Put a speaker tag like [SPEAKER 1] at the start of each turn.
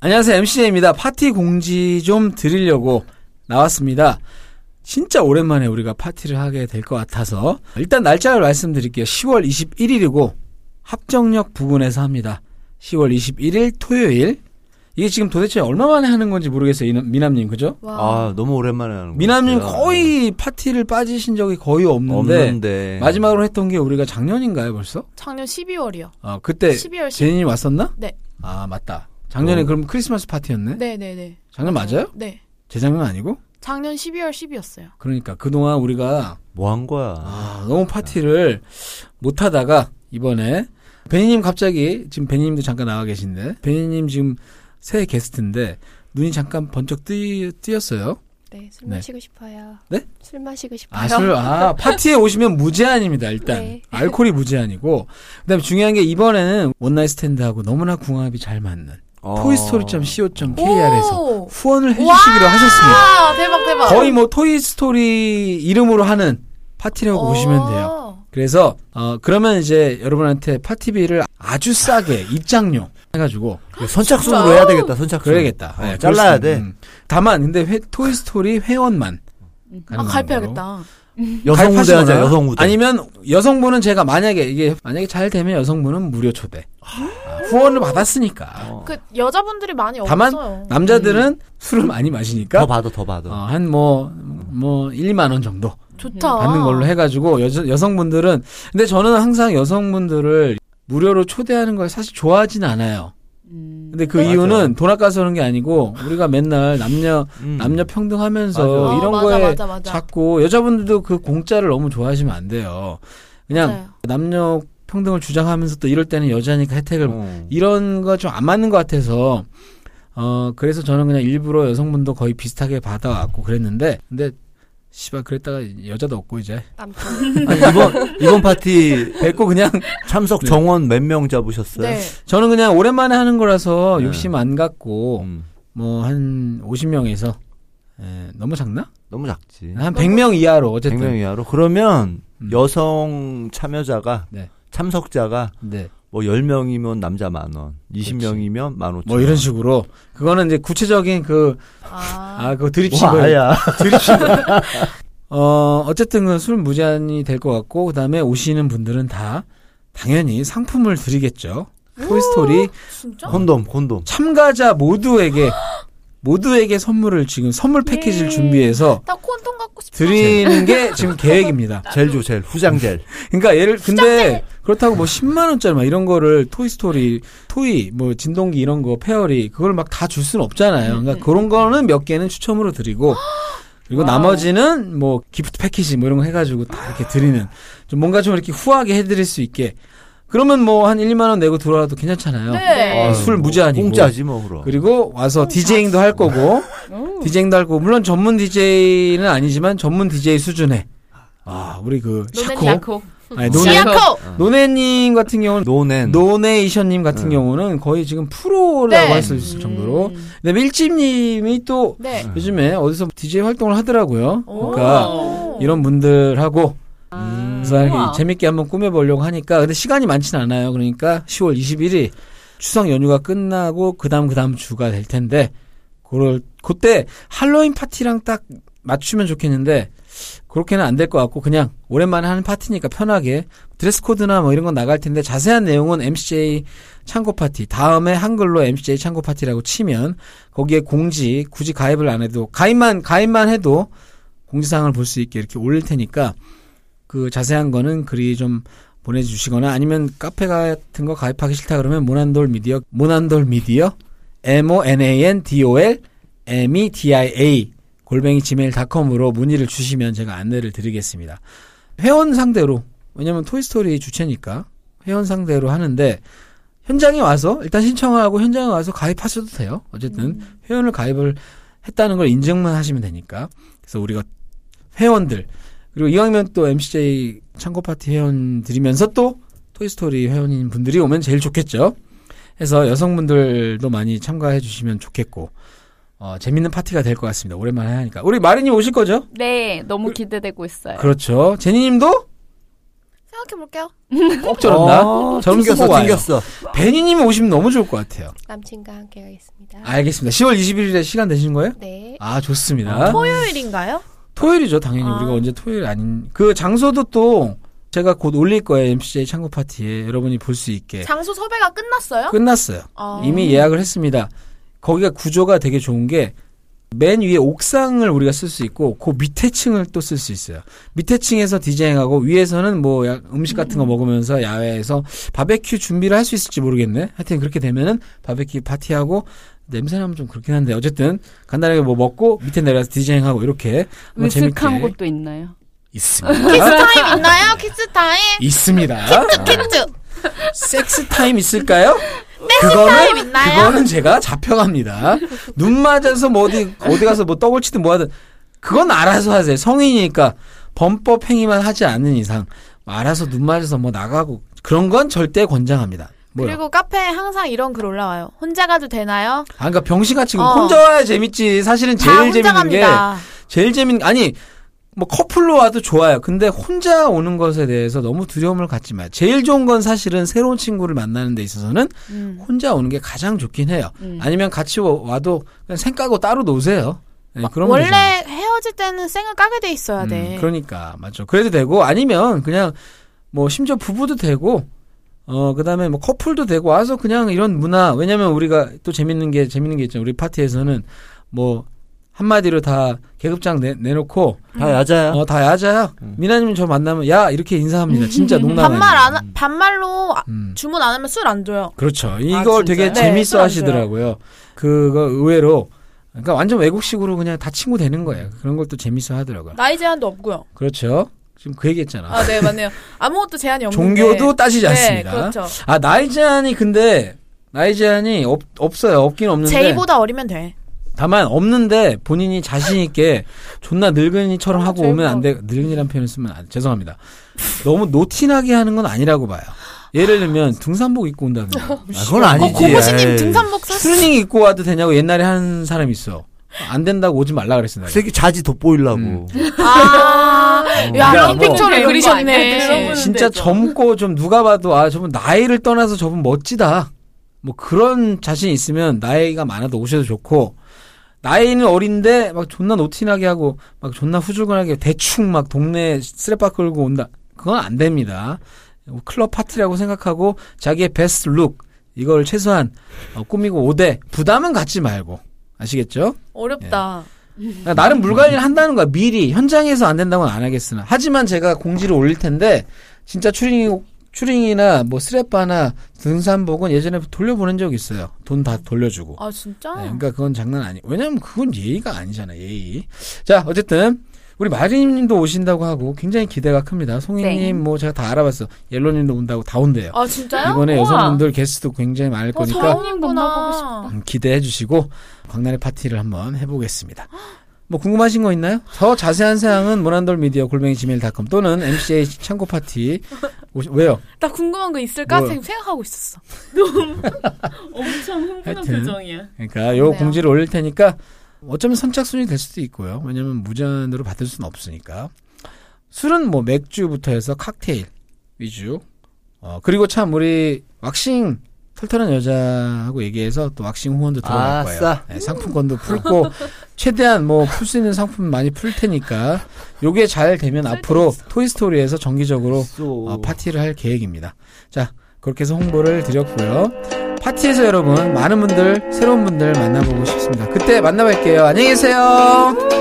[SPEAKER 1] 안녕하세요. MCJ입니다. 파티 공지 좀 드리려고 나왔습니다. 진짜 오랜만에 우리가 파티를 하게 될 것 같아서 일단 날짜를 말씀드릴게요. 10월 21일이고 합정역 부근에서 합니다. 10월 21일 토요일. 이게 지금 도대체 얼마 만에 하는 건지 모르겠어요. 이남- 미남님, 그죠?
[SPEAKER 2] 와.
[SPEAKER 3] 아 너무 오랜만에 하는 거.
[SPEAKER 1] 미남님 거의 파티를 빠지신 적이 거의 없는데,
[SPEAKER 3] 없는데
[SPEAKER 1] 마지막으로 했던 게 우리가 작년인가요 벌써?
[SPEAKER 2] 작년 12월이요.
[SPEAKER 1] 아 그때
[SPEAKER 2] 12월 10.
[SPEAKER 1] 제니님 왔었나?
[SPEAKER 2] 네.
[SPEAKER 1] 아 맞다. 작년에
[SPEAKER 3] 어.
[SPEAKER 1] 그럼 크리스마스 파티였네?
[SPEAKER 2] 네, 네, 네.
[SPEAKER 1] 작년 맞아요?
[SPEAKER 2] 네.
[SPEAKER 1] 재작년 아니고?
[SPEAKER 2] 작년 12월 10이었어요.
[SPEAKER 1] 그러니까 그동안 우리가
[SPEAKER 3] 뭐 한 거야?
[SPEAKER 1] 아, 너무 파티를 못 하다가 이번에 베니님 갑자기 지금 베니님도 잠깐 나와 계신데 베니님 지금 새 게스트인데 눈이 잠깐 번쩍 뜨, 뜨였어요.
[SPEAKER 4] 네, 술
[SPEAKER 1] 네.
[SPEAKER 4] 마시고 싶어요.
[SPEAKER 1] 네?
[SPEAKER 4] 술 마시고 싶어요.
[SPEAKER 1] 아, 술, 아, 파티에 오시면 무제한입니다, 일단.
[SPEAKER 4] 네.
[SPEAKER 1] 알코올이 무제한이고. 그 다음에 중요한 게 이번에는 원나잇 스탠드하고 너무나 궁합이 잘 맞는
[SPEAKER 3] 어.
[SPEAKER 1] 토이스토리.co.kr에서
[SPEAKER 2] 오!
[SPEAKER 1] 후원을 해주시기로 하셨습니다.
[SPEAKER 2] 와, 아, 대박, 대박.
[SPEAKER 1] 아, 거의 뭐 토이스토리 이름으로 하는 파티라고
[SPEAKER 2] 어.
[SPEAKER 1] 보시면 돼요. 그래서, 어, 그러면 이제 여러분한테 파티비를 아주 싸게 입장료 해가지고
[SPEAKER 3] 이거 선착순으로 해야 되겠다. 선착순.
[SPEAKER 1] 그래야겠다.
[SPEAKER 3] 어,
[SPEAKER 1] 네,
[SPEAKER 3] 잘라야 돼.
[SPEAKER 1] 음. 다만, 근데 회- 토이스토리 회원만.
[SPEAKER 2] 아,
[SPEAKER 1] 가능한 걸로.
[SPEAKER 2] 갈패하겠다.
[SPEAKER 3] 여성 무대 하자.
[SPEAKER 1] 가입하시거나
[SPEAKER 3] 여성 무대.
[SPEAKER 1] 아니면 여성분은 제가 만약에 이게 만약에 잘 되면 여성분은 무료 초대. 아, 후원을 받았으니까.
[SPEAKER 3] 어.
[SPEAKER 2] 그 여자분들이 많이
[SPEAKER 1] 다만
[SPEAKER 2] 없어요.
[SPEAKER 1] 남자들은 술을 많이
[SPEAKER 3] 더
[SPEAKER 1] 마시니까
[SPEAKER 3] 봐도 더 봐도.
[SPEAKER 1] 한 뭐 뭐 1, 2만 원 정도
[SPEAKER 2] 좋다.
[SPEAKER 1] 받는 걸로 해 가지고 여, 성분들은 근데 저는 항상 여성분들을 무료로 초대하는 걸 사실 좋아하진 않아요.
[SPEAKER 2] 음.
[SPEAKER 1] 근데 그
[SPEAKER 3] 네. 맞아요.
[SPEAKER 1] 이유는 돈 아까서 그런 게 아니고 우리가 맨날 남녀
[SPEAKER 3] 음.
[SPEAKER 1] 남녀 평등하면서
[SPEAKER 3] 맞아요.
[SPEAKER 1] 이런
[SPEAKER 2] 어, 맞아,
[SPEAKER 1] 거에
[SPEAKER 2] 맞아, 맞아.
[SPEAKER 1] 자꾸 여자분들도 그 공짜를 너무 좋아하시면 안 돼요. 그냥
[SPEAKER 2] 맞아요.
[SPEAKER 1] 남녀 평등을 주장하면서 또 이럴 때는 여자니까 혜택을
[SPEAKER 3] 어.
[SPEAKER 1] 이런 거 좀 안 맞는 것 같아서 어 그래서 저는 그냥 일부러 여성분도 거의 비슷하게 받아왔고 그랬는데 근데 씨발 그랬다가 여자도 없고 이제
[SPEAKER 4] 남편.
[SPEAKER 3] 아니, 이번 이번 파티
[SPEAKER 1] 됐고 그냥 네.
[SPEAKER 3] 참석 정원 몇 명 잡으셨어요?
[SPEAKER 2] 네.
[SPEAKER 1] 저는 그냥 오랜만에 하는 거라서
[SPEAKER 3] 네.
[SPEAKER 1] 욕심 안 갖고
[SPEAKER 3] 음.
[SPEAKER 1] 뭐 한 50명에서 에, 너무 작나?
[SPEAKER 3] 너무 작지.
[SPEAKER 1] 한 100명 이하로 네. 어쨌든
[SPEAKER 3] 네. 100명 이하로. 그러면
[SPEAKER 1] 음.
[SPEAKER 3] 여성 참여자가
[SPEAKER 1] 네.
[SPEAKER 3] 참석자가
[SPEAKER 1] 네.
[SPEAKER 3] 뭐 10명이면 남자 만 원, 20명이면 만 오천.
[SPEAKER 1] 뭐 이런 식으로 그거는 이제 구체적인
[SPEAKER 2] 아,
[SPEAKER 1] 그아 그거 드립식
[SPEAKER 3] 와,
[SPEAKER 1] 거예요.
[SPEAKER 3] 뭐 아야.
[SPEAKER 1] 어, 어쨌든 그술 무제한이 될 것 같고, 그 다음에 오시는 분들은 다 당연히 상품을 드리겠죠. 토이스토리
[SPEAKER 2] 진짜?
[SPEAKER 3] 콘돔, 콘돔.
[SPEAKER 1] 참가자 모두에게, 모두에게 선물을 지금 선물 패키지를
[SPEAKER 2] 예.
[SPEAKER 1] 준비해서
[SPEAKER 2] 나 콘통 갖고 싶어.
[SPEAKER 1] 드리는 게 지금 계획입니다.
[SPEAKER 3] 아, 젤 줘, 젤. 후장 젤.
[SPEAKER 1] 그러니까 예를, 근데 그렇다고 뭐 10만원짜리 막 이런 거를 토이스토리, 토이, 뭐 진동기 이런 거, 페어리, 그걸 막 다 줄 수는 없잖아요. 그러니까 그런 거는 몇 개는 추첨으로 드리고, 그리고
[SPEAKER 2] 음, 와우.
[SPEAKER 1] 나머지는 뭐 기프트 패키지 뭐 이런 거 해가지고 다 이렇게 드리는 좀 뭔가 좀 이렇게 후하게 해드릴 수 있게 그러면 뭐 한 1만 원 내고 들어와도 괜찮잖아요.
[SPEAKER 2] 네. 음,
[SPEAKER 1] 아, 술 무제한이고.
[SPEAKER 3] 뭐 공짜지 뭐 그럼.
[SPEAKER 1] 그리고 와서 디제잉도 할 거고 디제잉도 할 거고 물론 전문 디제이는 아니지만 전문 디제이 수준의 아 우리 그 샤코 아니, 노네
[SPEAKER 2] 시아코!
[SPEAKER 1] 노네님 같은 경우는
[SPEAKER 3] 노넨.
[SPEAKER 1] 노네이션님 같은 경우는 거의 지금 프로라고
[SPEAKER 2] 네.
[SPEAKER 1] 할 수 있을 정도로 근데 밀집님이 또
[SPEAKER 2] 네.
[SPEAKER 1] 요즘에 어디서 디제이 활동을 하더라고요.
[SPEAKER 2] 오.
[SPEAKER 1] 그러니까 이런 분들하고 그래서 이렇게
[SPEAKER 5] 아. 우와.
[SPEAKER 1] 재밌게 한번 꾸며보려고 하니까 근데 시간이 많진 않아요. 그러니까 10월 21일 추석 연휴가 끝나고 그다음 그다음 주가 될 텐데 그럴 그때 할로윈 파티랑 딱 맞추면 좋겠는데 그렇게는 안 될 것 같고 그냥 오랜만에 하는 파티니까 편하게 드레스 코드나 뭐 이런 건 나갈 텐데 자세한 내용은 MCJ 창고 파티 다음에 한글로 MCJ 창고 파티라고 치면 거기에 공지 굳이 가입을 안 해도 가입만 가입만 해도 공지사항을 볼 수 있게 이렇게 올릴 테니까 그 자세한 거는 글이 좀 보내주시거나 아니면 카페 같은 거 가입하기 싫다 그러면 모난돌 미디어 모난돌 미디어 M O N A N D O L M E D I A 골뱅이 gmail.com으로 문의를 주시면 제가 안내를 드리겠습니다. 회원 상대로 왜냐면 토이스토리 주체니까 회원 상대로 하는데 현장에 와서 일단 신청하고 현장에 와서 가입하셔도 돼요. 어쨌든 회원을 가입을 했다는 걸 인증만 하시면 되니까 그래서 우리가 회원들 그리고 이왕이면 또 MCJ 창고 파티 회원들이면서 또 토이스토리 회원인 분들이 오면 제일 좋겠죠. 해서 여성분들도 많이 참가해 주시면 좋겠고 어, 재밌는 파티가 될 것 같습니다. 오랜만에 하니까 우리 마린이 오실 거죠?
[SPEAKER 5] 네, 너무 기대되고 있어요.
[SPEAKER 1] 그렇죠. 제니님도
[SPEAKER 2] 생각해 볼게요.
[SPEAKER 1] 꼭 저런다.
[SPEAKER 3] 어,
[SPEAKER 1] 저런 거
[SPEAKER 3] 튕겼어,
[SPEAKER 1] 와요.
[SPEAKER 3] 튕겼어.
[SPEAKER 1] 베니님이 오시면 너무 좋을 것 같아요.
[SPEAKER 4] 남친과 함께 가겠습니다.
[SPEAKER 1] 알겠습니다. 10월 21일에 시간 되신 거예요?
[SPEAKER 4] 네.
[SPEAKER 1] 아 좋습니다.
[SPEAKER 2] 토요일인가요?
[SPEAKER 1] 토요일이죠 당연히
[SPEAKER 2] 어? 아.
[SPEAKER 1] 우리가 언제 토요일 아닌 그 장소도 또 제가 곧 올릴 거예요 MCJ 창고 파티에 여러분이 볼 수 있게
[SPEAKER 2] 장소 섭외가 끝났어요?
[SPEAKER 1] 끝났어요.
[SPEAKER 2] 어.
[SPEAKER 1] 이미 예약을 했습니다. 거기가 구조가 되게 좋은 게 맨 위에 옥상을 우리가 쓸 수 있고 그 밑에 층을 또 쓸 수 있어요. 밑에 층에서 디자인하고 위에서는 뭐 야- 음식 같은 거 먹으면서 야외에서 바베큐 준비를 할 수 있을지 모르겠네. 하여튼 그렇게 되면은 바베큐 파티하고 냄새 나면 좀 그렇긴 한데 어쨌든 간단하게 뭐 먹고 밑에 내려서 디자인하고 이렇게 한번
[SPEAKER 5] 으슥한
[SPEAKER 1] 뭐 재밌게
[SPEAKER 5] 곳도 있나요?
[SPEAKER 2] 키스
[SPEAKER 1] 있습니다.
[SPEAKER 2] 타임 있나요? 키스 타임?
[SPEAKER 1] 있습니다.
[SPEAKER 2] 키스
[SPEAKER 1] 섹스 타임 있을까요? 그거는
[SPEAKER 2] 타임 있나요?
[SPEAKER 1] 그거는 제가 잡혀갑니다. 눈 맞아서 뭐 어디 어디 가서 뭐 떡을 치든 뭐 하든 그건 알아서 하세요. 성인이니까 범법 행위만 하지 않는 이상 알아서 눈 맞아서 뭐 나가고 그런 건 절대 권장합니다. 뭐요?
[SPEAKER 2] 그리고 카페에 항상 이런 글 올라와요. 혼자 가도 되나요?
[SPEAKER 1] 아, 그러니까 병신같이
[SPEAKER 2] 어.
[SPEAKER 1] 혼자 와야 재밌지. 사실은
[SPEAKER 2] 다
[SPEAKER 1] 제일
[SPEAKER 2] 혼자
[SPEAKER 1] 재밌는 게
[SPEAKER 2] 갑니다.
[SPEAKER 1] 제일 재밌는 아니 뭐 커플로 와도 좋아요. 근데 혼자 오는 것에 대해서 너무 두려움을 갖지 마요. 제일 좋은 건 사실은 새로운 친구를 만나는 데 있어서는
[SPEAKER 2] 음.
[SPEAKER 1] 혼자 오는 게 가장 좋긴 해요.
[SPEAKER 5] 음.
[SPEAKER 1] 아니면 같이 와- 와도 그냥 생까고 따로 노세요. 네, 그러면
[SPEAKER 2] 원래
[SPEAKER 1] 되잖아요.
[SPEAKER 2] 헤어질 때는 쌩을 까게 돼 있어야
[SPEAKER 1] 음,
[SPEAKER 2] 돼.
[SPEAKER 1] 그러니까 맞죠. 그래도 되고 아니면 그냥 뭐 심지어 부부도 되고 어 그다음에 뭐 커플도 되고 와서 그냥 이런 문화 왜냐면 우리가 또 재밌는 게 재밌는 게 있죠. 우리 파티에서는 뭐 한마디로 다 계급장 내, 내놓고
[SPEAKER 3] 다 야자야.
[SPEAKER 1] 어 다 야자야. 미나님 저 만나면 야 이렇게 인사합니다. 진짜 농담 아니에요.
[SPEAKER 2] 반말 안 하- 반말로 아-
[SPEAKER 1] 음.
[SPEAKER 2] 주문 안 하면 술 안 줘요.
[SPEAKER 1] 그렇죠.
[SPEAKER 5] 진짜요?
[SPEAKER 1] 이걸 되게
[SPEAKER 5] 네,
[SPEAKER 1] 재밌어
[SPEAKER 2] 술안
[SPEAKER 1] 하시더라고요. 그거 의외로 그러니까 완전 외국식으로 그냥 다 친구 되는 거예요. 그런 걸 또 재밌어 하더라고요.
[SPEAKER 2] 나이 제한도 없고요.
[SPEAKER 1] 그렇죠. 지금 그 얘기했잖아.
[SPEAKER 2] 아, 네, 맞네요. 아무것도 제한이 없는데.
[SPEAKER 1] 종교도 따지지
[SPEAKER 2] 네,
[SPEAKER 1] 않습니다.
[SPEAKER 2] 그렇죠.
[SPEAKER 1] 아 나이 제한이 근데 나이 제한이 없, 없어요. 없긴 없는데
[SPEAKER 2] 제이보다 어리면 돼.
[SPEAKER 1] 다만 없는데 본인이 자신 있게 존나 늙은이처럼
[SPEAKER 2] 어,
[SPEAKER 1] 하고
[SPEAKER 2] 제이보다
[SPEAKER 1] 오면 안 돼. 늙은이란 표현을 쓰면 안, 죄송합니다. 너무 노티나게 하는 건 아니라고 봐요. 예를
[SPEAKER 2] 아,
[SPEAKER 1] 들면 등산복 입고 온다든가.
[SPEAKER 3] 아, 그건 아니지.
[SPEAKER 2] 어,
[SPEAKER 1] 예.
[SPEAKER 2] 고고시님
[SPEAKER 3] 에이.
[SPEAKER 2] 등산복 샀어.
[SPEAKER 1] 트레이닝 입고 와도 되냐고 옛날에 한 사람 있어. 안 된다고 오지 말라 그랬어.
[SPEAKER 3] 그
[SPEAKER 1] 내가.
[SPEAKER 3] 새끼 자지 돋보이려고.
[SPEAKER 1] 음.
[SPEAKER 2] 아, 야,
[SPEAKER 1] 야,
[SPEAKER 2] 런
[SPEAKER 1] 뭐.
[SPEAKER 2] 픽처를
[SPEAKER 5] 그런
[SPEAKER 2] 그리셨네.
[SPEAKER 5] 거는
[SPEAKER 1] 진짜 젊고 좀 누가 봐도 아 저분 나이를 떠나서 저분 멋지다. 뭐 그런 자신 있으면 나이가 많아도 오셔도 좋고 나이는 어린데 막 존나 노티나게 하고 막 존나 후줄근하게 대충 막 동네 쓰레빠 끌고 온다. 그건 안 됩니다. 클럽 파티라고 생각하고 자기의 베스트 룩 이걸 최소한 어, 꾸미고 오되 부담은 갖지 말고 아시겠죠?
[SPEAKER 2] 어렵다.
[SPEAKER 1] 그러니까 나름 물갈이를 한다는 거야. 미리 현장에서 안 된다고는 안 하겠으나. 하지만 제가 공지를 올릴 텐데 진짜 추링 추링이나 뭐 스레빠나 등산복은 예전에 돌려보낸 적 있어요. 돈 다 돌려주고.
[SPEAKER 2] 아, 진짜?
[SPEAKER 1] 네, 그러니까 그건 장난 아니. 왜냐면 그건 예의가 아니잖아. 예의. 자 어쨌든. 우리 마리님도 오신다고 하고 굉장히 기대가 큽니다. 송이님
[SPEAKER 5] 네.
[SPEAKER 1] 뭐 제가 다 알아봤어. 옐로님도 온다고 다 온대요.
[SPEAKER 2] 아, 진짜요?
[SPEAKER 1] 이번에
[SPEAKER 5] 어, 우와.
[SPEAKER 1] 여성분들 게스트도 굉장히 많을
[SPEAKER 2] 어,
[SPEAKER 1] 거니까 그러니까.
[SPEAKER 5] 형님도 만나보고 싶다.
[SPEAKER 1] 음, 기대해 주시고 광란의 파티를 한번 해보겠습니다. 뭐 궁금하신 거 있나요? 더 자세한 사항은 모난돌 미디어 골뱅이 지메일닷컴 또는 MCA 창고 파티 오시- 왜요?
[SPEAKER 2] 나 궁금한 거 있을까
[SPEAKER 1] 뭐요?
[SPEAKER 2] 지금 생각하고 있었어.
[SPEAKER 5] 엄청 흥분한
[SPEAKER 1] 하여튼.
[SPEAKER 5] 표정이야.
[SPEAKER 1] 그러니까 요
[SPEAKER 2] 그러네요.
[SPEAKER 1] 공지를 올릴 테니까 어쩌면 선착순이 될 수도 있고요. 왜냐면 무제한으로 받을 수는 없으니까 술은 뭐 맥주부터 해서 칵테일 위주. 어 그리고 참 우리 왁싱 털털한 여자하고 얘기해서 또 왁싱 후원도 들어갈
[SPEAKER 3] 아,
[SPEAKER 1] 거예요.
[SPEAKER 3] 싸.
[SPEAKER 1] 네, 상품권도 풀고 최대한 뭐 풀 수 있는 상품 많이 풀 테니까 요게 잘 되면 앞으로 토이스토리에서 정기적으로
[SPEAKER 3] 아,
[SPEAKER 1] 어, 파티를 할 계획입니다. 자, 그렇게 해서 홍보를 드렸고요. 파티에서 여러분 많은 분들 새로운 분들 만나보고 싶습니다. 그때 만나뵐게요. 안녕히 계세요.